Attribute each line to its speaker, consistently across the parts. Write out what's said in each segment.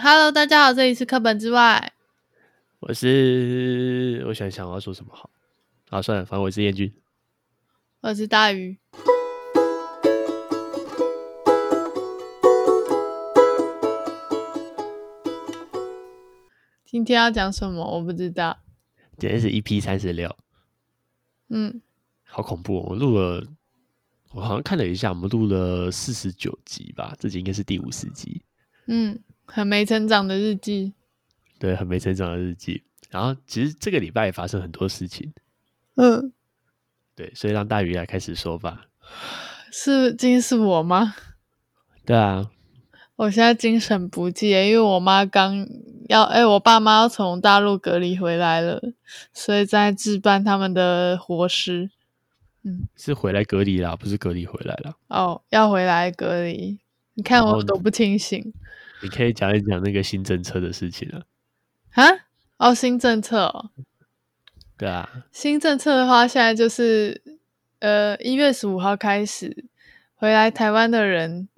Speaker 1: Hello，大家好，这里是课本之外，
Speaker 2: 我是我想想我要说什么好啊，算了，反正我是燕君。
Speaker 1: 我是大鱼。今天要讲什么？我不知道。
Speaker 2: 今天是 EP 三十六，
Speaker 1: 嗯，
Speaker 2: 好恐怖、哦！我录了，我好像看了一下，我们录了四十九集吧，这集应该是第五十集。
Speaker 1: 嗯，很没成长的日记。
Speaker 2: 对，很没成长的日记。然后其实这个礼拜也发生很多事情，
Speaker 1: 嗯，
Speaker 2: 对，所以让大鱼来开始说吧。
Speaker 1: 是今天是我吗？
Speaker 2: 对啊，
Speaker 1: 我现在精神不济耶，因为我妈刚要，哎、我爸妈要从大陆隔离回来了，所以在置办他们的伙食。
Speaker 2: 是回来隔离啦，不是隔离回来啦。
Speaker 1: 哦，要回来隔离。你看
Speaker 2: 然后
Speaker 1: 我
Speaker 2: 呢
Speaker 1: 都不清醒
Speaker 2: 你可以讲一讲那个新政策的事情啊。
Speaker 1: 啊！哦，新政策哦，
Speaker 2: 对啊，
Speaker 1: 新政策的话，现在就是呃一月十五号开始，回来台湾的人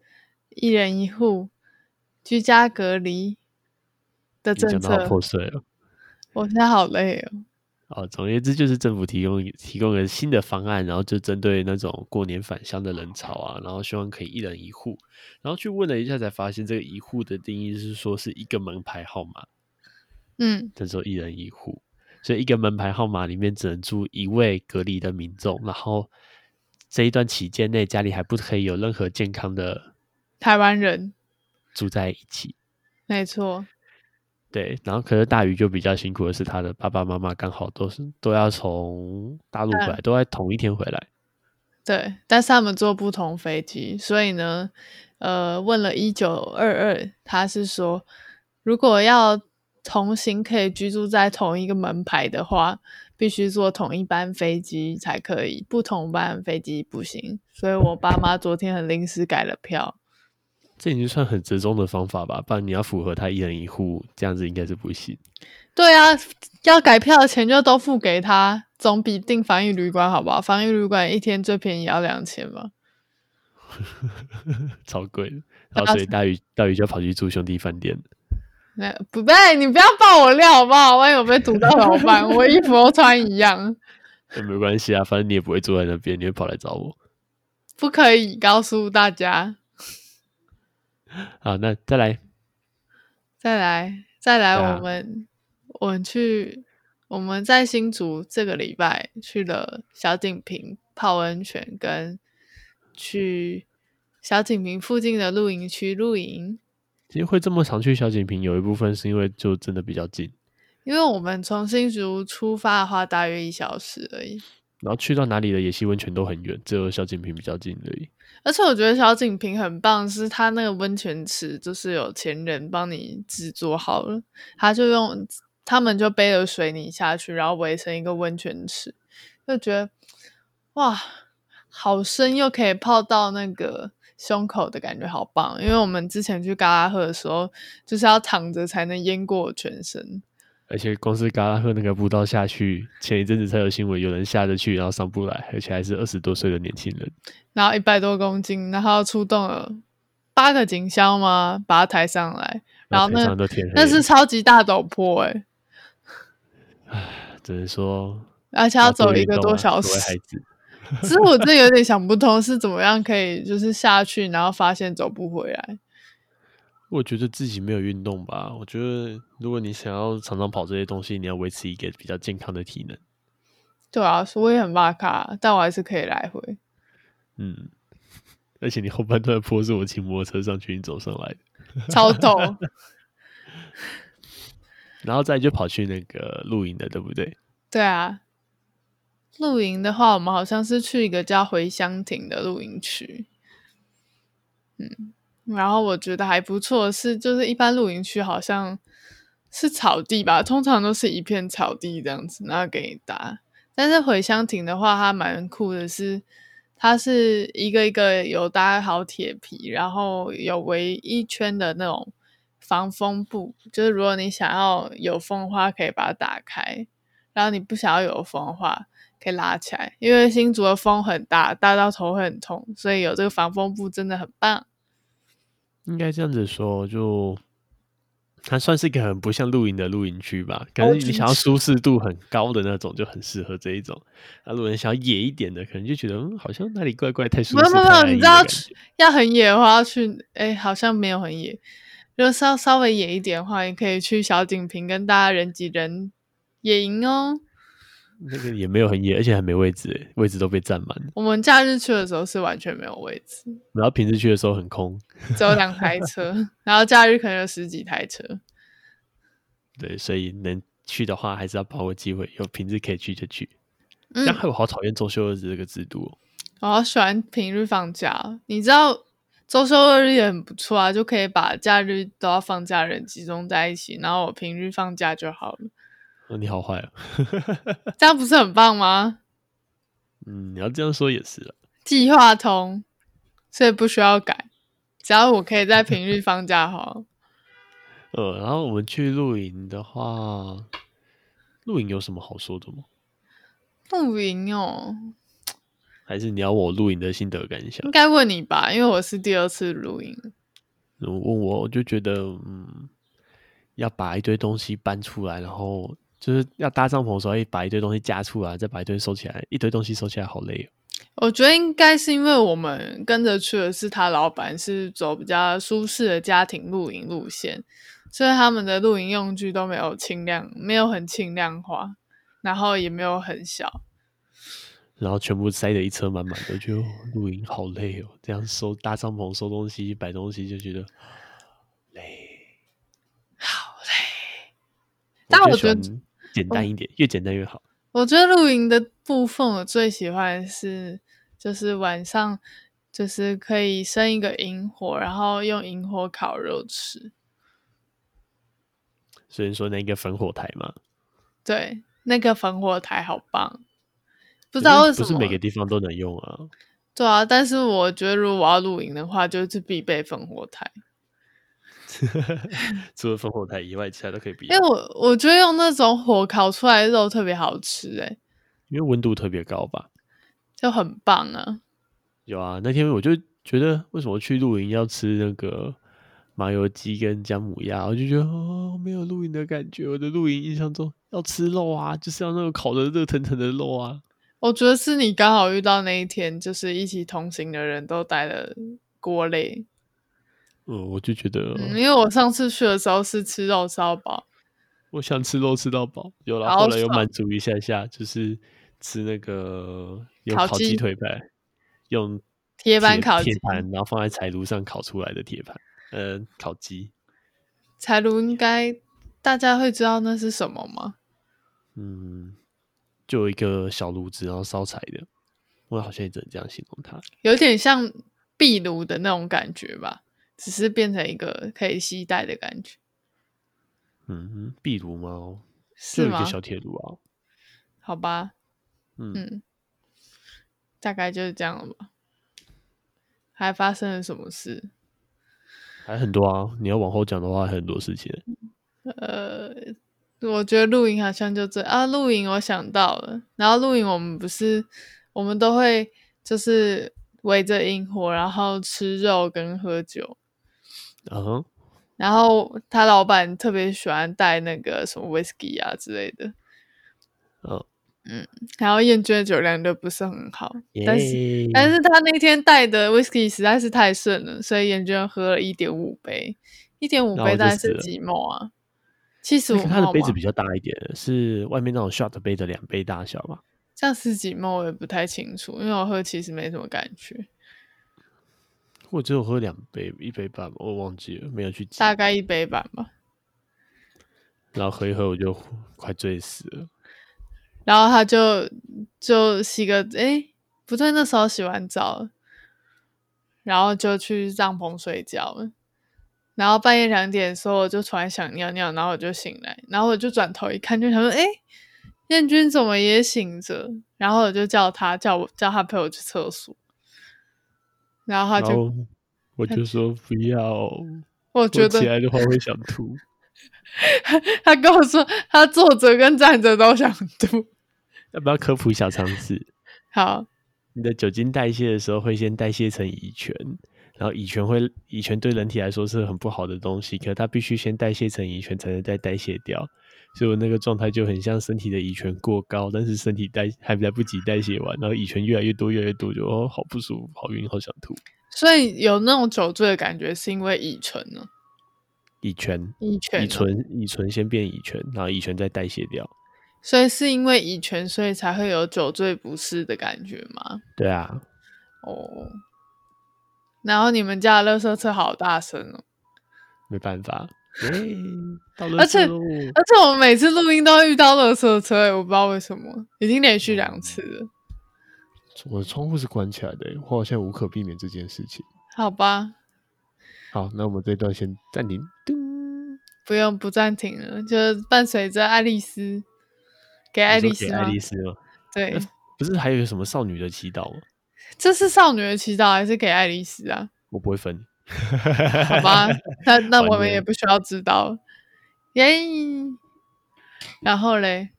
Speaker 1: 一人一户居家隔离的
Speaker 2: 你
Speaker 1: 政
Speaker 2: 讲的好
Speaker 1: 策。
Speaker 2: 破碎哦。
Speaker 1: 我现在好累哦。
Speaker 2: 哦，总而言之，就是政府提供提供了新的方案，然后就针对那种过年返乡的人潮啊，然后希望可以一人一户，然后去问了一下，才发现这个一户的定义是说是一个门牌号码，
Speaker 1: 嗯
Speaker 2: 叫做一人一户，所以一个门牌号码里面只能住一位隔离的民众，然后这一段期间内家里还不可以有任何健康的
Speaker 1: 台湾人
Speaker 2: 住在一起。
Speaker 1: 没错，
Speaker 2: 对，然后可是大鱼就比较辛苦的是，他的爸爸妈妈刚好都是都要从大陆回来，都在同一天回来。
Speaker 1: 对，但是他们坐不同飞机，所以呢，呃，问了一九二二，他是说，如果要同行可以居住在同一个门牌的话，必须坐同一班飞机才可以，不同班飞机不行。所以我爸妈昨天很临时改了票。
Speaker 2: 这已经算很折中的方法吧，不然你要符合他一人一户，这样子应该是不行。
Speaker 1: 对啊，要改票的钱就都付给他，总比订防疫旅馆好不好？防疫旅馆一天最便宜要两千吧。
Speaker 2: 超贵的。然
Speaker 1: 啊
Speaker 2: 后所以大鱼大鱼就跑去住兄弟饭店，
Speaker 1: 那不对，你不要爆我料好不好？万一我被堵到怎么办？我衣服都穿一样，
Speaker 2: 那没关系啊，反正你也不会住在那边，你会跑来找我
Speaker 1: 不可以告诉大家。
Speaker 2: 啊。那再来，
Speaker 1: 再来，再来，
Speaker 2: 对啊
Speaker 1: 我们、我们去我们在新竹这个礼拜去了小景坪泡温泉，跟去小景坪附近的露营区露营，
Speaker 2: 其实会这么常去小景坪，有一部分是因为就真的比较近，
Speaker 1: 因为我们从新竹出发的话，大约一小时而已。
Speaker 2: 然后去到哪里的野溪温泉都很远，只有小景坪比较近而已。
Speaker 1: 而且我觉得小景平很棒，是它那个温泉池，就是有钱人帮你制作好了，他就用他们就背了水泥下去，然后围成一个温泉池，就觉得哇，好深，又可以泡到那个胸口的感觉，好棒！因为我们之前去嘎拉赫的时候，就是要躺着才能淹过我全身。
Speaker 2: 而且光是嘎拉赫那个步道下去，前一阵子才有新闻，有人下得去，然后上不来，而且还是二十多岁的年轻人。
Speaker 1: 然后一百多公斤，然后出动了八个警消吗？把他抬上来，然后
Speaker 2: 台
Speaker 1: 那
Speaker 2: 上都天黑了，
Speaker 1: 那是超级大陡坡哎、
Speaker 2: 只能说
Speaker 1: 而且要走
Speaker 2: 多
Speaker 1: 一
Speaker 2: 运
Speaker 1: 个
Speaker 2: 动
Speaker 1: 多
Speaker 2: 啊
Speaker 1: 小
Speaker 2: 各
Speaker 1: 时
Speaker 2: 位。 孩子，
Speaker 1: 其实我真的有点想不通，是怎么样可以就是下去，然后发现走不回来。
Speaker 2: 我觉得自己没有运动吧。我觉得如果你想要常常跑这些东西，你要维持一个比较健康的体能。
Speaker 1: 对啊，所以我也很怕卡，但我还是可以来回。
Speaker 2: 嗯，而且你后半段的坡是我骑摩托车上去，你走上来的，
Speaker 1: 超陡，
Speaker 2: 然后再就跑去那个露营的，对不对？
Speaker 1: 对啊。露营的话，我们好像是去一个叫回乡亭的露营区。嗯，然后我觉得还不错，是就是一般露营区好像是草地吧，通常都是一片草地这样子，然后给你搭。但是回乡亭的话，它蛮酷的是，它是一个一个有搭好铁皮，然后有围一圈的那种防风布，就是如果你想要有风的话，可以把它打开；然后你不想要有风的话，可以拉起来。因为新竹的风很大，大到头会很痛，所以有这个防风布真的很棒。
Speaker 2: 应该这样子说，就它算是一个很不像露营的露营区吧，可能你想要舒适度很高的那种就很适合这一种。那如果你想要野一点的，可能就觉得嗯，好像那里怪怪，太舒
Speaker 1: 没
Speaker 2: 适。
Speaker 1: 有没有没
Speaker 2: 太
Speaker 1: 有，
Speaker 2: 安
Speaker 1: 你
Speaker 2: 逸
Speaker 1: 知
Speaker 2: 的
Speaker 1: 道
Speaker 2: 感
Speaker 1: 去
Speaker 2: 觉
Speaker 1: 要很野的话要去，哎、好像没有很野。如果稍稍微野一点的话，你可以去小景坪跟大家人挤人野营哦。
Speaker 2: 那个也没有很野，而且还没位置欸，位置都被占满了。
Speaker 1: 我们假日去的时候是完全没有位置，
Speaker 2: 然后平时去的时候很空，
Speaker 1: 只有两台车，然后假日可能有十几台车。
Speaker 2: 对，所以能去的话还是要把握机会，有平日可以去就去。
Speaker 1: 嗯
Speaker 2: 但，害我好讨厌周休二日这个制度、哦。
Speaker 1: 我好喜欢平日放假哦，你知道周休二日也很不错啊，就可以把假日都要放假的人集中在一起，然后我平日放假就好了，
Speaker 2: 哦你好坏哦，
Speaker 1: 这样不是很棒吗？
Speaker 2: 嗯，你要这样说也是了。
Speaker 1: 计划通，所以不需要改，只要我可以在平日放假好。
Speaker 2: 呃，然后我们去露营的话，露营有什么好说的吗？
Speaker 1: 露营哦，
Speaker 2: 还是你要我露营的心得感想
Speaker 1: 应？该问你吧，因为我是第二次露营。
Speaker 2: 如果问我，我就觉得，嗯，要把一堆东西搬出来，然后就是要搭帐篷的时候，要把一堆东西架出来，再把一堆收起来，一堆东西收起来，好累、哦。
Speaker 1: 我觉得应该是因为我们跟着去的是他老板是走比较舒适的家庭露营路线，所以他们的露营用具都没有轻量，没有很轻量化，然后也没有很小。
Speaker 2: 然后全部塞得一车满满的，就 露营好累哦。这样收搭帐篷、收东西、摆东西，就觉得累。
Speaker 1: 好嘞，但我
Speaker 2: 就喜
Speaker 1: 觉得嗯
Speaker 2: 欢简单一点，越简单越好。
Speaker 1: 我觉得露营的部分我最喜欢的是，就是晚上就是可以生一个萤火，然后用萤火烤肉吃。
Speaker 2: 所以说那个烽火台嘛，
Speaker 1: 对，那个烽火台好棒，不
Speaker 2: 不
Speaker 1: 知道为什么
Speaker 2: 不是每个地方都能用啊。
Speaker 1: 对啊，但是我觉得如果我要露营的话，就是必备烽火台，
Speaker 2: 除了烽火台以外，其他都可以比
Speaker 1: 因。为我我觉得用那种火烤出来的肉特别好吃、欸，诶，
Speaker 2: 因为温度特别高吧？
Speaker 1: 就很棒啊。
Speaker 2: 有啊，那天我就觉得为什么去露营要吃那个麻油鸡跟姜母鸭，我就觉得哦，没有露营的感觉。我的露营印象中要吃肉啊，就是要那种烤的热腾腾的肉啊。
Speaker 1: 我觉得是你刚好遇到那一天，就是一起同行的人都带了锅类，
Speaker 2: 嗯，我就觉得、
Speaker 1: 嗯，因为我上次去的时候是吃肉烧堡，
Speaker 2: 我想吃肉吃到饱，有了，
Speaker 1: 好
Speaker 2: 后来又
Speaker 1: 爽
Speaker 2: 满足一下下，就是吃那个用
Speaker 1: 烤
Speaker 2: 烤鸡
Speaker 1: 鸡
Speaker 2: 腿排，用
Speaker 1: 铁板
Speaker 2: 铁
Speaker 1: 烤
Speaker 2: 铁
Speaker 1: 鸡
Speaker 2: 盘，然后放在柴炉上烤出来的铁盘，呃，烤鸡，
Speaker 1: 柴炉应该大家会知道那是什么吗？
Speaker 2: 嗯，就有一个小炉子，然后烧柴的，我好像也只能这样形容它。
Speaker 1: 有点像壁炉的那种感觉吧，只是变成一个可以携带的感觉，
Speaker 2: 嗯，壁炉吗？就是有一个
Speaker 1: 吗？
Speaker 2: 小铁炉啊。
Speaker 1: 好吧，
Speaker 2: 嗯，
Speaker 1: 嗯，大概就是这样了吧。还发生了什么事？
Speaker 2: 还很多啊。你要往后讲的话，还很多事情。
Speaker 1: 呃，我觉得露营好像就这啊，露营我想到了，然后露营我们不是我们都会就是围着萤火，然后吃肉跟喝酒，
Speaker 2: 嗯哼，
Speaker 1: 然后他老板特别喜欢带那个什么 whisky 啊之类的，
Speaker 2: 嗯，
Speaker 1: 然后燕君的酒量就不是很好，但是
Speaker 2: 耶
Speaker 1: 但是他那天带的 whisky 实在是太顺了，所以燕君喝了一点五杯，一点五
Speaker 2: 那我
Speaker 1: 杯
Speaker 2: 就哎
Speaker 1: 大概
Speaker 2: 死
Speaker 1: 是
Speaker 2: 了
Speaker 1: 几毛啊？七十
Speaker 2: 那
Speaker 1: 五
Speaker 2: 个它的
Speaker 1: 毛
Speaker 2: 杯子
Speaker 1: 吗
Speaker 2: 比？较大一点，是外面那种 shot 杯的两倍大小吧？
Speaker 1: 这样十几毛我也不太清楚，因为我喝其实没什么感觉，
Speaker 2: 我只有喝两杯，一杯半吧，我忘记了，没有去记。
Speaker 1: 大概一杯半吧。
Speaker 2: 然后喝一喝，我就快醉死了。
Speaker 1: 然后他就就洗个诶，不对，那时候洗完澡了，然后就去帐篷睡觉了。然后半夜两点的时候，我就突然想尿尿，然后我就醒来，然后我就转头一看，就想说，诶，燕君怎么也醒着？然后我就叫他，叫我叫他陪我去厕所。然后他
Speaker 2: 然
Speaker 1: 就，
Speaker 2: 后我就说不要，
Speaker 1: 我觉
Speaker 2: 我起
Speaker 1: 得
Speaker 2: 来的话会想吐。
Speaker 1: 他跟我说，他坐着跟站着都想吐。
Speaker 2: 要不要科普一下常识？
Speaker 1: 好，
Speaker 2: 你的酒精代谢的时候会先代谢成乙醛，然后乙醛会乙醛对人体来说是很不好的东西，可是它必须先代谢成乙醛才能再代谢掉，所以我那个状态就很像身体的乙醛过高，但是身体代还来不及代谢完，然后乙醛越来越多越来越多，就哦好不舒服，好晕，好想吐。
Speaker 1: 所以有那种酒醉的感觉，是因为乙醇呢？
Speaker 2: 乙醛，
Speaker 1: 乙醛
Speaker 2: 乙
Speaker 1: 哦
Speaker 2: 醇，乙醇先变乙醛，然后乙醛再代谢掉。
Speaker 1: 所以是因为乙醛，所以才会有酒醉不适的感觉吗？
Speaker 2: 对啊，
Speaker 1: 哦，然后你们家的垃圾车好大声哦，
Speaker 2: 没办法。 耶到了哦
Speaker 1: 而且
Speaker 2: 时候
Speaker 1: 而且我们每次录音都会遇到垃圾车、欸我不知道为什么，已经连续两次了。
Speaker 2: 我的窗户是关起来的，欸我好像无可避免这件事情。
Speaker 1: 好吧，
Speaker 2: 好，那我们这段先暂停。咚
Speaker 1: 不用不暂停了，就是伴随着爱丽丝，给爱
Speaker 2: 你
Speaker 1: 丽丝
Speaker 2: 说给
Speaker 1: 吗？
Speaker 2: 爱丽丝吗？
Speaker 1: 对，
Speaker 2: 不是还有什么少女的祈祷吗？
Speaker 1: 这是少女的祈祷还是给爱丽丝啊？
Speaker 2: 我不会分。
Speaker 1: 好吧， 那那
Speaker 2: 完
Speaker 1: 我们
Speaker 2: 了
Speaker 1: 也不需要知道，耶。然后嘞，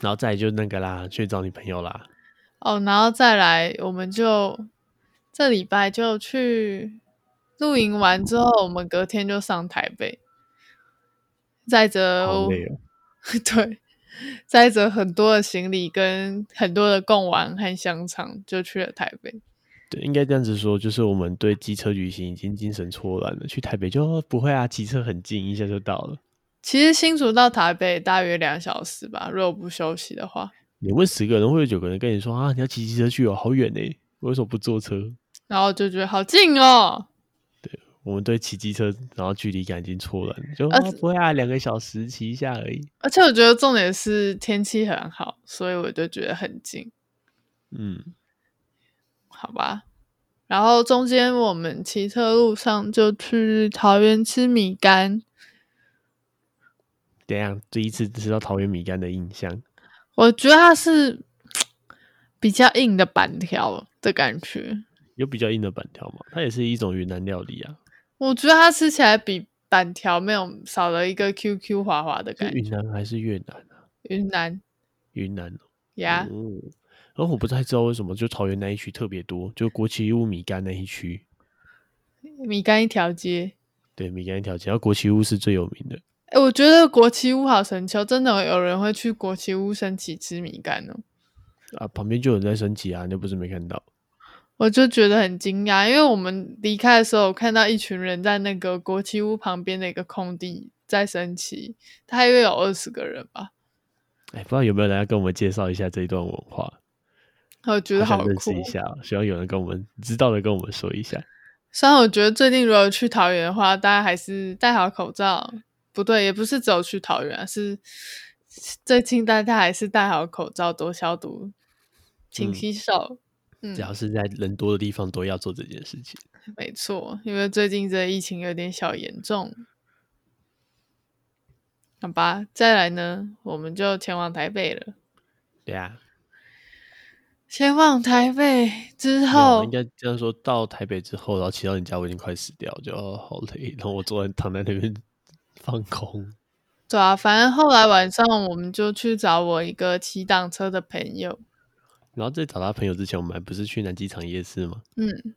Speaker 2: 然后再来就那个啦，去找你朋友啦。
Speaker 1: 哦，然后再来，我们就这礼拜就去露营完之后，我们隔天就上台北。载着
Speaker 2: 好累哦
Speaker 1: 对，载着很多的行李跟很多的贡丸和香肠，就去了台北。
Speaker 2: 对，应该这样子说，就是我们对机车旅行已经精神错乱了。去台北就哦不会啊，骑车很近，一下就到了。
Speaker 1: 其实新竹到台北大约两小时吧，如果不休息的话。
Speaker 2: 你问十个人，会有九个人跟你说啊，你要骑机车去哦，好远呢，为什么不坐车？
Speaker 1: 然后就觉得好近哦，
Speaker 2: 我们对骑机车，然后距离感已经错乱了，就、
Speaker 1: 而
Speaker 2: 啊、不会啊，两个小时骑一下而已。
Speaker 1: 而且我觉得重点是天气很好，所以我就觉得很近，
Speaker 2: 嗯，
Speaker 1: 好吧。然后中间我们骑车路上就去桃园吃米干，
Speaker 2: 怎样？第一次吃到桃园米干的印象，
Speaker 1: 我觉得它是比较硬的板条的感觉，
Speaker 2: 有比较硬的板条嘛？它也是一种云南料理啊，
Speaker 1: 我觉得它吃起来比板条没有少了一个 QQ 滑滑的
Speaker 2: 是
Speaker 1: 感觉。
Speaker 2: 云南还是越南啊？
Speaker 1: 云南
Speaker 2: 云南
Speaker 1: 呀，
Speaker 2: 嗯，然后我不太知道为什么，就桃园那一区特别多，就国旗屋米干那一区，
Speaker 1: 米干一条街。
Speaker 2: 对，米干一条街，然后国旗屋是最有名的。
Speaker 1: 哎，我觉得国旗屋好神奇哦，真的有人会去国旗屋升旗吃米干哦。
Speaker 2: 啊，旁边就有人在升旗啊，你又不是没看到。
Speaker 1: 我就觉得很惊讶，因为我们离开的时候，我看到一群人在那个国旗屋旁边的一个空地在升旗，大约有二十个人吧，
Speaker 2: 哎，不知道有没有人要跟我们介绍一下这一段文化？
Speaker 1: 我觉得
Speaker 2: 好
Speaker 1: 好
Speaker 2: 想认识
Speaker 1: 酷
Speaker 2: 一。下哦，希望有人跟我们知道的跟我们说一下。
Speaker 1: 虽然我觉得最近如果去桃园的话，大家还是戴好口罩。不对，也不是只有去桃园、啊，是最近大家还是戴好口罩，多消毒，勤
Speaker 2: 嗯
Speaker 1: 洗手。嗯
Speaker 2: 只要是在人多的地方，都要做这件事情。
Speaker 1: 没错，因为最近这疫情有点小严重。好吧，再来呢，我们就前往台北了。
Speaker 2: 对啊，
Speaker 1: 前往台北之
Speaker 2: 没有啊
Speaker 1: 后
Speaker 2: 应，该这样说，到台北之后，然后骑到你家，我已经快死掉，就、哦、好累，然后我坐在躺在那边 放空。
Speaker 1: 对啊，反正后来晚上我们就去找我一个骑挡车的朋友。
Speaker 2: 然后在找他朋友之前，我们还不是去南机场夜市吗？
Speaker 1: 嗯，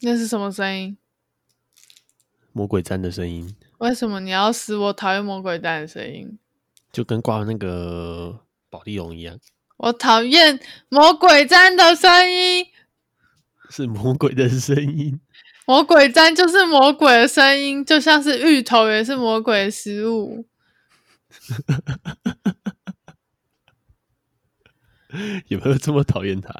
Speaker 1: 那是什么声音？
Speaker 2: 魔鬼站的声音，
Speaker 1: 为什么你要使我讨厌魔鬼蛋的声音？
Speaker 2: 就跟挂那个保利龙一样，
Speaker 1: 我讨厌魔鬼毡的声音，
Speaker 2: 是魔鬼的声音。
Speaker 1: 魔鬼毡就是魔鬼的声音，就像是芋头也是魔鬼的食物。
Speaker 2: 有没有这么讨厌他？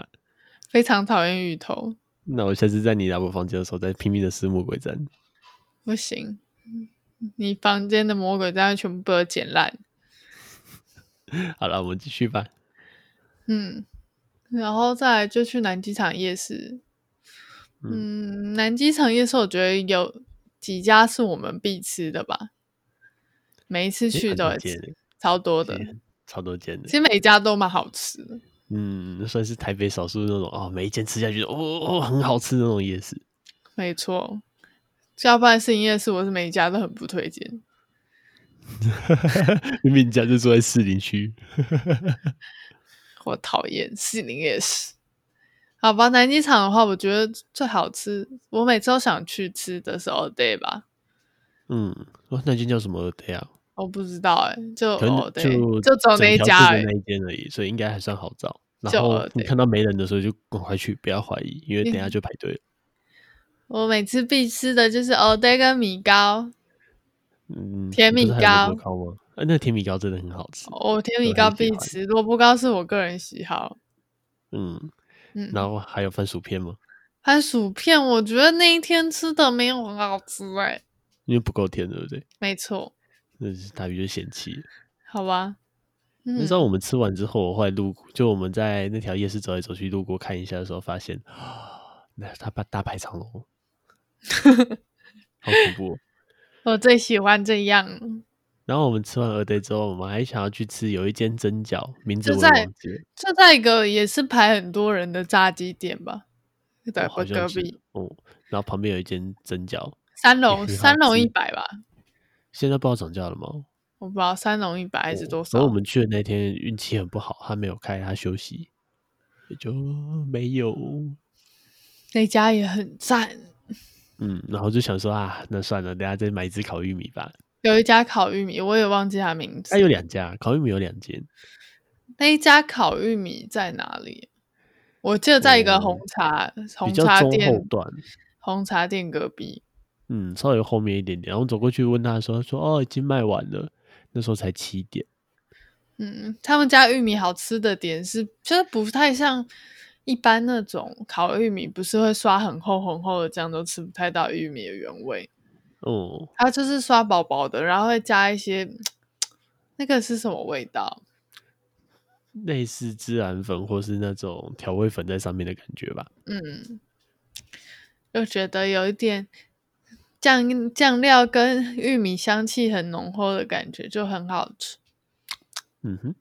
Speaker 1: 非常讨厌芋头，
Speaker 2: 那我下次在你来我房间的时候，再拼命的撕魔鬼毡。
Speaker 1: 不行，你房间的魔鬼毡全部被我剪烂。
Speaker 2: 好了，我们继续吧。
Speaker 1: 嗯，然后再来就去南机场夜市。嗯，南机场夜市我觉得有几家是我们必吃的吧，每一次
Speaker 2: 诶
Speaker 1: 去
Speaker 2: 很
Speaker 1: 都
Speaker 2: 多
Speaker 1: 会
Speaker 2: 间
Speaker 1: 吃，超多的。
Speaker 2: 间超多间的
Speaker 1: 其。实每一家都蛮好吃的。
Speaker 2: 嗯，那算是台北少数那种哦，每一间吃下去哦哦很好吃的那种夜市。
Speaker 1: 没错，要不然是营业市，我是每一家都很不推荐。
Speaker 2: 明明你家就住在士林区，
Speaker 1: 我讨厌士林夜市。好吧，南机场的话，我觉得最好吃，我每次都想去吃的是 o day 吧，
Speaker 2: 嗯，哇，那间叫什么对啊？
Speaker 1: 我不知道哎、就
Speaker 2: 可能
Speaker 1: o day
Speaker 2: 就
Speaker 1: 就走那一
Speaker 2: 整条
Speaker 1: 家欸而已。
Speaker 2: 街的那一间而已，所以应该还算好找。
Speaker 1: 就哦
Speaker 2: 然后你
Speaker 1: 对
Speaker 2: 看到没人的时候就赶快去，不要怀疑，因为等一下
Speaker 1: 嗯
Speaker 2: 就排队了。
Speaker 1: 我每次必吃的就是 o day 跟米糕，
Speaker 2: 嗯，
Speaker 1: 甜
Speaker 2: 你不
Speaker 1: 米
Speaker 2: 是还有
Speaker 1: 糕哦
Speaker 2: 萝卜糕吗？啊，那甜米糕真的很好吃。
Speaker 1: 我甜米
Speaker 2: 对还
Speaker 1: 糕
Speaker 2: 是喜
Speaker 1: 必
Speaker 2: 欢
Speaker 1: 吃，萝卜糕是我个人喜好。
Speaker 2: 嗯，
Speaker 1: 嗯，
Speaker 2: 然后还有番薯片吗？
Speaker 1: 番薯片，我觉得那一天吃的没有很好吃哎、
Speaker 2: 因为不够甜，对不对？
Speaker 1: 没错，
Speaker 2: 那是大鱼就嫌弃了。
Speaker 1: 好吧。嗯
Speaker 2: 那，时候我们吃完之后，我后来路过，就我们在那条夜市走来走去，路过看一下的时候，发现 啊，那大排大排长龙， 好恐怖哦、
Speaker 1: 我最喜欢这样，
Speaker 2: 然后我们吃完鹅腿之后，我们还想要去吃有一间蒸饺，名字
Speaker 1: 就
Speaker 2: 我也
Speaker 1: 在
Speaker 2: 忘记了，
Speaker 1: 就在一个也是排很多人的炸鸡店吧，对
Speaker 2: 我好
Speaker 1: 吧？
Speaker 2: 像
Speaker 1: 隔
Speaker 2: 是
Speaker 1: 壁
Speaker 2: 哦、然后旁边有一间蒸饺，
Speaker 1: 三龙
Speaker 2: 很好
Speaker 1: 三龙
Speaker 2: 吃
Speaker 1: 一百吧，
Speaker 2: 现在不知道涨价了吗？
Speaker 1: 我不知道三龙一百还是
Speaker 2: 哦
Speaker 1: 多
Speaker 2: 然
Speaker 1: 少
Speaker 2: 后我。们去的那天运气很不好，他没有开，他休息，也就没有。
Speaker 1: 那家也很赞，
Speaker 2: 嗯，然后就想说啊，那算了，等下再买一只烤玉米吧。啊
Speaker 1: 有一家烤玉米，我也忘记它名字
Speaker 2: 它。有两家，烤玉米有两间，
Speaker 1: 那一家烤玉米在哪里？我记得在一个
Speaker 2: 哦
Speaker 1: 红茶、
Speaker 2: 比
Speaker 1: 红
Speaker 2: 较
Speaker 1: 茶
Speaker 2: 中后
Speaker 1: 店
Speaker 2: 段。
Speaker 1: 红茶店隔壁。
Speaker 2: 嗯，稍微后面一点点。然后走过去问他说：“说哦，已经卖完了。”那时候才七点。
Speaker 1: 嗯，他们家玉米好吃的点是，就是不太像一般那种烤玉米，不是会刷很厚很厚的酱，都吃不太到玉米的原味。
Speaker 2: 哦、
Speaker 1: 它就是刷薄薄的，然后会加一些那个是什么味道？
Speaker 2: 类似孜然粉或是那种调味粉在上面的感觉吧。
Speaker 1: 嗯，又觉得有一点酱酱料跟玉米香气很浓厚的感觉，就很好吃，
Speaker 2: 嗯哼，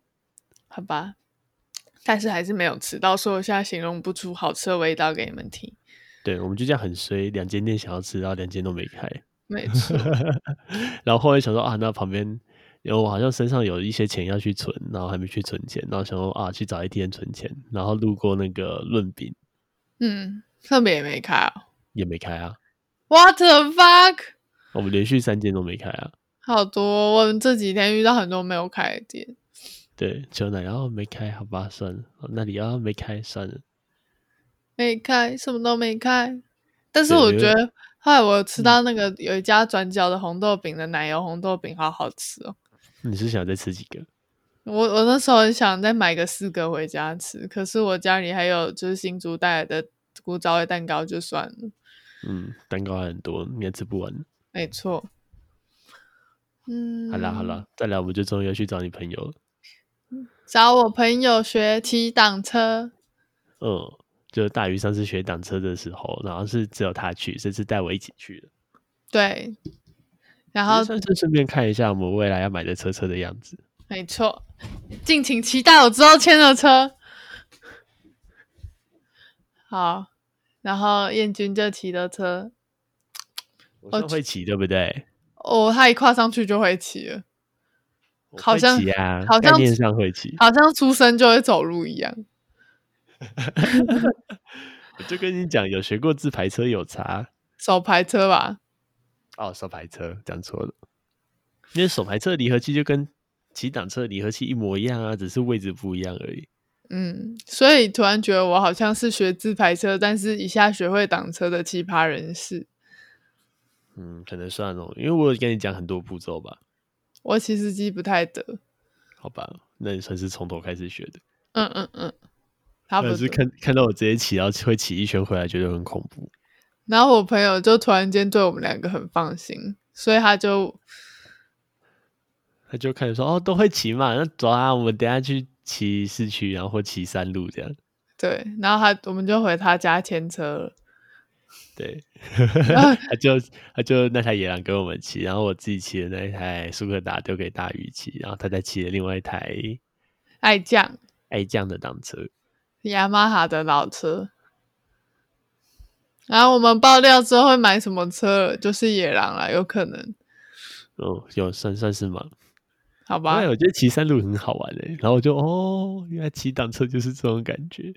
Speaker 1: 好吧？但是还是没有吃到，所以我现在形容不出好吃的味道给你们听。
Speaker 2: 对，我们就这样很衰，两间店想要吃，然后两间都没开。
Speaker 1: 没错，
Speaker 2: 然后后来想说啊，那旁边因为我好像身上有一些钱要去存，然后还没去存钱，然后想说啊，去找 ATM 存钱，然后路过那个润饼
Speaker 1: 嗯，特别也没开、哦。
Speaker 2: 也没开啊，
Speaker 1: What the fuck？
Speaker 2: 我们连续三间都没开啊，
Speaker 1: 好多，我们这几天遇到很多没有开的店。
Speaker 2: 对，求奶然后哦没开，好吧，算了，哦那里啊没开算了，
Speaker 1: 没开，什么都没开。但是
Speaker 2: 对
Speaker 1: 我
Speaker 2: 因
Speaker 1: 觉
Speaker 2: 为
Speaker 1: 得后来我吃
Speaker 2: 嗯
Speaker 1: 到那个有一家转角的红豆饼的奶油红豆饼，好好吃哦。
Speaker 2: 你是想再吃几个？
Speaker 1: 我我那时候很想再买个四个回家吃，可是我家里还有就是新竹带来的古早味蛋糕，就算了。
Speaker 2: 嗯，蛋糕还很多，应该吃不完。
Speaker 1: 没错，嗯，
Speaker 2: 好啦好啦，，再来我们就终于要去找你朋友了。
Speaker 1: 找我朋友学骑挡车，
Speaker 2: 嗯，就是大鱼上次学挡车的时候，然后是只有他去，这次带我一起去的。
Speaker 1: 对，然
Speaker 2: 然
Speaker 1: 后
Speaker 2: 后算是顺便看一下我们未来要买的车车的样子。
Speaker 1: 没错，敬请期待我之后牵的车。好，然后燕君就骑了车，
Speaker 2: 我是会骑，对不对？
Speaker 1: 哦，他一跨上去就会骑了，
Speaker 2: 我
Speaker 1: 好
Speaker 2: 会
Speaker 1: 像
Speaker 2: 骑啊，
Speaker 1: 好像
Speaker 2: 概念上会骑。
Speaker 1: 好像出生就会走路一样。
Speaker 2: 我就跟你讲，有学过自排车有差
Speaker 1: 手排车吧，
Speaker 2: 哦，手排车讲错了，因为手排车的离合器就跟骑挡车的离合器一模一样啊，只是位置不一样而已。
Speaker 1: 嗯，所以突然觉得我好像是学自排车，但是一下学会挡车的奇葩人士。
Speaker 2: 嗯，可能算哦，因为我有跟你讲很多步骤吧，
Speaker 1: 我其实记不太得，
Speaker 2: 好吧，那你算是从头开始学的。
Speaker 1: 嗯嗯嗯，差不
Speaker 2: 但是
Speaker 1: 多。
Speaker 2: 看看到我直接骑，然后会骑一圈回来，觉得很恐怖。
Speaker 1: 然后我朋友就突然间对我们两个很放心，所以他就
Speaker 2: 他就开始说哦，都会骑嘛，那走啊，我们等一下去骑市区，然后或骑山路这样。
Speaker 1: 对，然后他我们就回他家牵车了。
Speaker 2: 对，
Speaker 1: 啊
Speaker 2: 他就他就那台野狼跟我们骑，然后我自己骑的那一台苏克达丢给大鱼骑，然后他再骑了另外一台
Speaker 1: 爱将
Speaker 2: 爱酱的挡车。
Speaker 1: 雅马哈的老车。然后我们爆料之后会买什么车了就是野狼了，有可能，
Speaker 2: 哦，有算算是吗？
Speaker 1: 好吧
Speaker 2: 哎，？我觉得骑山路很欸好玩诶、然后我就哦，原来骑挡车就是这种感觉，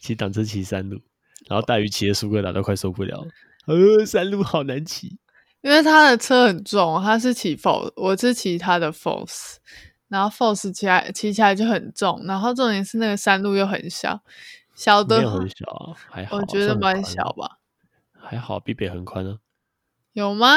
Speaker 2: 骑挡车骑山路。然后大鱼骑的苏格兰都快受不了了，呃，山路好难骑。
Speaker 1: 因为他的车很重，他是骑 Force，我是骑他的 Force，然后 Force 骑来骑起来就很重，然后重点是那个山路又很小，小
Speaker 2: 没
Speaker 1: 的
Speaker 2: 有很小啊，还好，
Speaker 1: 我觉得
Speaker 2: 算很
Speaker 1: 蛮
Speaker 2: 宽
Speaker 1: 小，吧，
Speaker 2: 还好比北横宽啊。
Speaker 1: 有吗？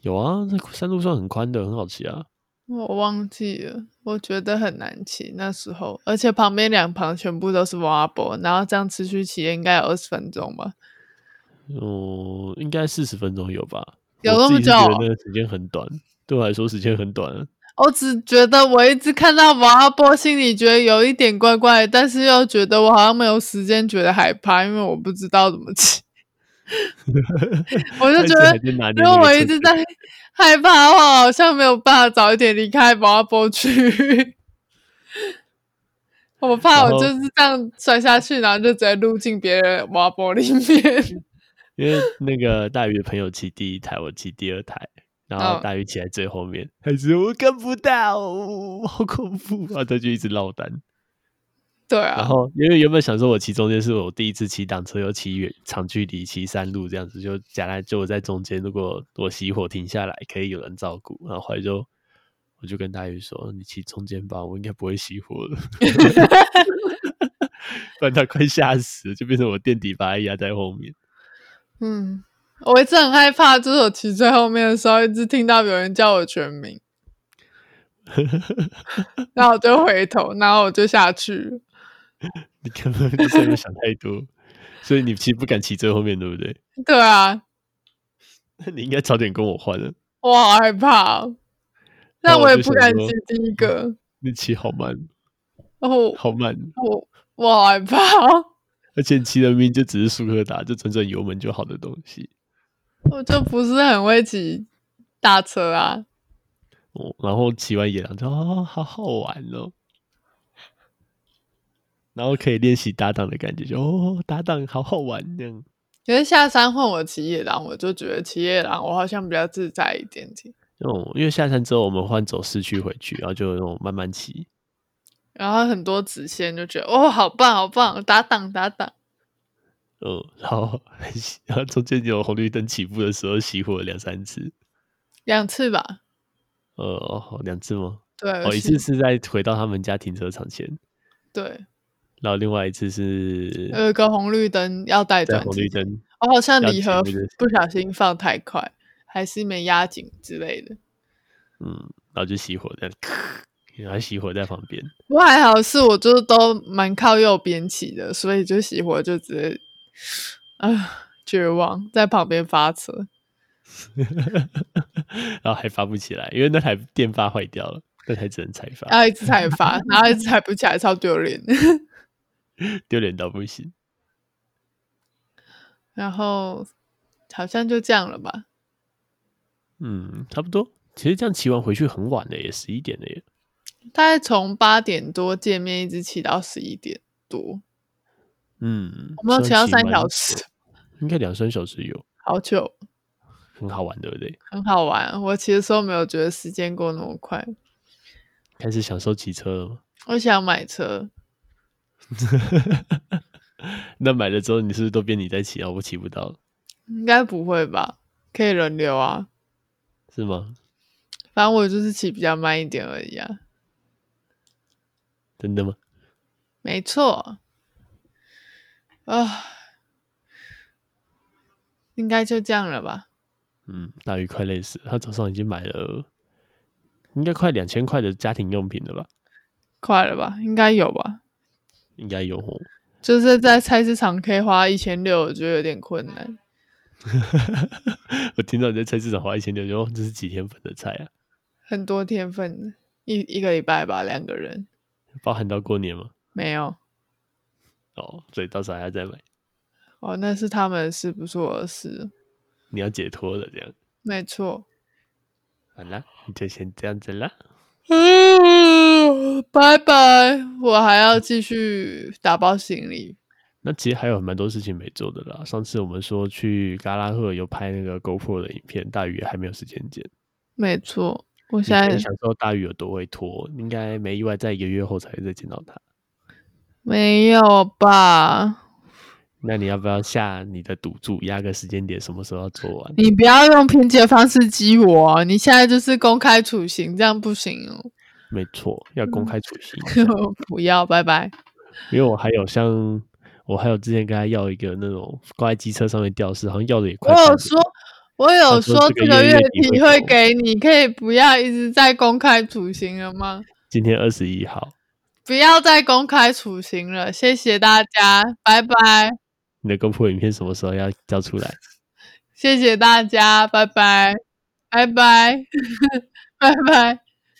Speaker 2: 有啊，那山路上很宽的，很好骑啊。
Speaker 1: 我忘记了，我觉得很难骑那时候，而且旁边两旁全部都是挖坡，然后这样持续骑应该有二十分钟吧。
Speaker 2: 嗯，应该四十分钟有吧？
Speaker 1: 有
Speaker 2: 我
Speaker 1: 那么
Speaker 2: 自己是觉得
Speaker 1: 久哦
Speaker 2: 那个时间很短，对我来说时间很短啊。
Speaker 1: 我只觉得我一直看到娃娃波，心里觉得有一点怪怪，但是又觉得我好像没有时间，觉得害怕，因为我不知道怎么 骑。我就觉得，
Speaker 2: 因
Speaker 1: 如果我一直在害怕的话，好像没有办法早一点离开娃娃波区。我怕
Speaker 2: 然
Speaker 1: 我
Speaker 2: 后
Speaker 1: 就是这样摔下去，然后就直接溜进别人的娃娃波里面。
Speaker 2: 因为那个大鱼的朋友骑第一台，我骑第二台，然后
Speaker 1: 嗯
Speaker 2: 大鱼骑在最后面，还是我跟不到，好恐怖啊！他就一直落单。
Speaker 1: 对
Speaker 2: 然
Speaker 1: 啊，
Speaker 2: 后因为原本想说我骑中间是我第一次骑挡车，又骑远长距离，骑山路这样子，就夹在就我在中间，如果我熄火停下来，可以有人照顾。然后后来就我就跟大鱼说：“你骑中间吧，我应该不会熄火了。” 不然他快吓死了，就变成我垫底把他压在后面。
Speaker 1: 嗯，我一直很害怕，就是我骑最后面的时候，一直听到有人叫我全 名。然后我就回头，然后我就下去了。
Speaker 2: 你根本就是没有想太多，所以你其实不敢骑最后面，对不对？
Speaker 1: 对啊，
Speaker 2: 那你应该早点跟我换了。
Speaker 1: 我好害怕哦，
Speaker 2: 然
Speaker 1: 但
Speaker 2: 后
Speaker 1: 我
Speaker 2: 我
Speaker 1: 也
Speaker 2: 就
Speaker 1: 不
Speaker 2: 想
Speaker 1: 敢
Speaker 2: 说嗯
Speaker 1: 骑第一个。
Speaker 2: 你骑好慢，
Speaker 1: 然后
Speaker 2: 好慢，
Speaker 1: 我我好害怕哦，
Speaker 2: 而且你骑的明明就只是舒克达，就转转油门就好的东西。
Speaker 1: 我就不是很会骑大车啊。
Speaker 2: 哦，然后骑完野狼就哦，好好玩哦。然后可以练习搭档的感觉，就哦，搭档好好玩这样。
Speaker 1: 可是下山换我骑野狼，我就觉得骑野狼我好像比较自在一点点。
Speaker 2: 哦，因为下山之后我们换走市区回去，然后就那种慢慢骑。
Speaker 1: 然后很多直线就觉得哦，好棒好棒，打档打档。
Speaker 2: 嗯，然后然后中间有红绿灯起步的时候熄火了两三次，
Speaker 1: 两次吧，
Speaker 2: 呃，哦，两次吗？
Speaker 1: 对，
Speaker 2: 哦，
Speaker 1: 呃
Speaker 2: 一
Speaker 1: 是
Speaker 2: 次是在回到他们家停车场前，
Speaker 1: 对，
Speaker 2: 然后另外一次是
Speaker 1: 有一个红绿灯要带
Speaker 2: 在
Speaker 1: 转
Speaker 2: 红
Speaker 1: 之
Speaker 2: 绿
Speaker 1: 前，
Speaker 2: 灯，
Speaker 1: 我好像
Speaker 2: 要
Speaker 1: 离
Speaker 2: 起
Speaker 1: 合
Speaker 2: 步的时
Speaker 1: 不小心放太快，还是没压紧之类的。
Speaker 2: 嗯，然后就熄火这样， 然后熄火在旁边。
Speaker 1: 不过还好是我就都蛮靠右边骑的，所以就熄火就直接啊、绝望，在旁边发车。
Speaker 2: 然后还发不起来，因为那台电发坏掉了，那台只能采发，
Speaker 1: 然后一直踩 发，然后一直踩不起来，超丢脸。
Speaker 2: 丢脸到不行。
Speaker 1: 然后好像就这样了吧？
Speaker 2: 嗯，差不多。其实这样骑完回去很晚了耶，也十一点了耶。
Speaker 1: 大概从八点多见面，一直骑到十一点多，
Speaker 2: 嗯，
Speaker 1: 我们有骑
Speaker 2: 虽然
Speaker 1: 到三
Speaker 2: 蛮
Speaker 1: 小
Speaker 2: 久
Speaker 1: 时，，
Speaker 2: 应该两三小时有，
Speaker 1: 好久，
Speaker 2: 很好玩，对不对？
Speaker 1: 很好玩。我骑的时候没有觉得时间过那么快。
Speaker 2: 开始享受骑车了吗？
Speaker 1: 我想买车，
Speaker 2: 那买了之后，你是不是都变你在骑啊？我骑不到了，
Speaker 1: 应该不会吧？可以轮流啊，
Speaker 2: 是吗？
Speaker 1: 反正我就是骑比较慢一点而已啊。
Speaker 2: 真的吗？
Speaker 1: 没错，啊，应该就这样了吧？
Speaker 2: 嗯，大鱼快累死了，他早上已经买了，应该快两千块的家庭用品了吧？
Speaker 1: 快了吧？应该有吧？
Speaker 2: 应该有哦。
Speaker 1: 就是在菜市场可以花一千六，我觉得有点困难。
Speaker 2: 我听到你在菜市场花一千六，就哦，这是几天份的菜啊？
Speaker 1: 很多天份，一一个礼拜吧，两个人
Speaker 2: 包含到过年吗？
Speaker 1: 没有
Speaker 2: 哦，所以到时候还要再买，
Speaker 1: 哦，那是他们的事，不是我的事。
Speaker 2: 你要解脱了这样。
Speaker 1: 没错，
Speaker 2: 好啦，你就先这样子啦。
Speaker 1: 嗯，拜拜，我还要继续打包行李。
Speaker 2: 那其实还有蛮多事情没做的啦。上次我们说去嘎拉赫有拍那个 GoPro 的影片，大鱼还没有时间剪。
Speaker 1: 没错，我
Speaker 2: 你
Speaker 1: 现
Speaker 2: 可以
Speaker 1: 在
Speaker 2: 想说大鱼有多会拖，应该没意外，在一个月后才会再见到他。
Speaker 1: 没有吧？
Speaker 2: 那你要不要下你的赌注，压个时间点，什么时候要做完？
Speaker 1: 你不要用评级的方式激我哦，你现在就是公开处刑，这样不行哦。
Speaker 2: 没错，要公开处刑一下。
Speaker 1: 不要，拜拜。
Speaker 2: 因为我还有像我还有之前跟他要一个那种挂在机车上面吊饰，好像要的也快
Speaker 1: 我
Speaker 2: 30。
Speaker 1: 有说，我有说
Speaker 2: 这
Speaker 1: 这
Speaker 2: 个
Speaker 1: 个
Speaker 2: 月
Speaker 1: 月
Speaker 2: 底
Speaker 1: 底
Speaker 2: 会
Speaker 1: 会
Speaker 2: 有
Speaker 1: 给你，可以不要一直在公开处刑了吗？
Speaker 2: 今天二十一号，
Speaker 1: 不要再公开处刑了，谢谢大家，拜拜，
Speaker 2: 你的公破影片什么时候要交出来？
Speaker 1: 谢谢大家，拜拜，拜拜，拜拜。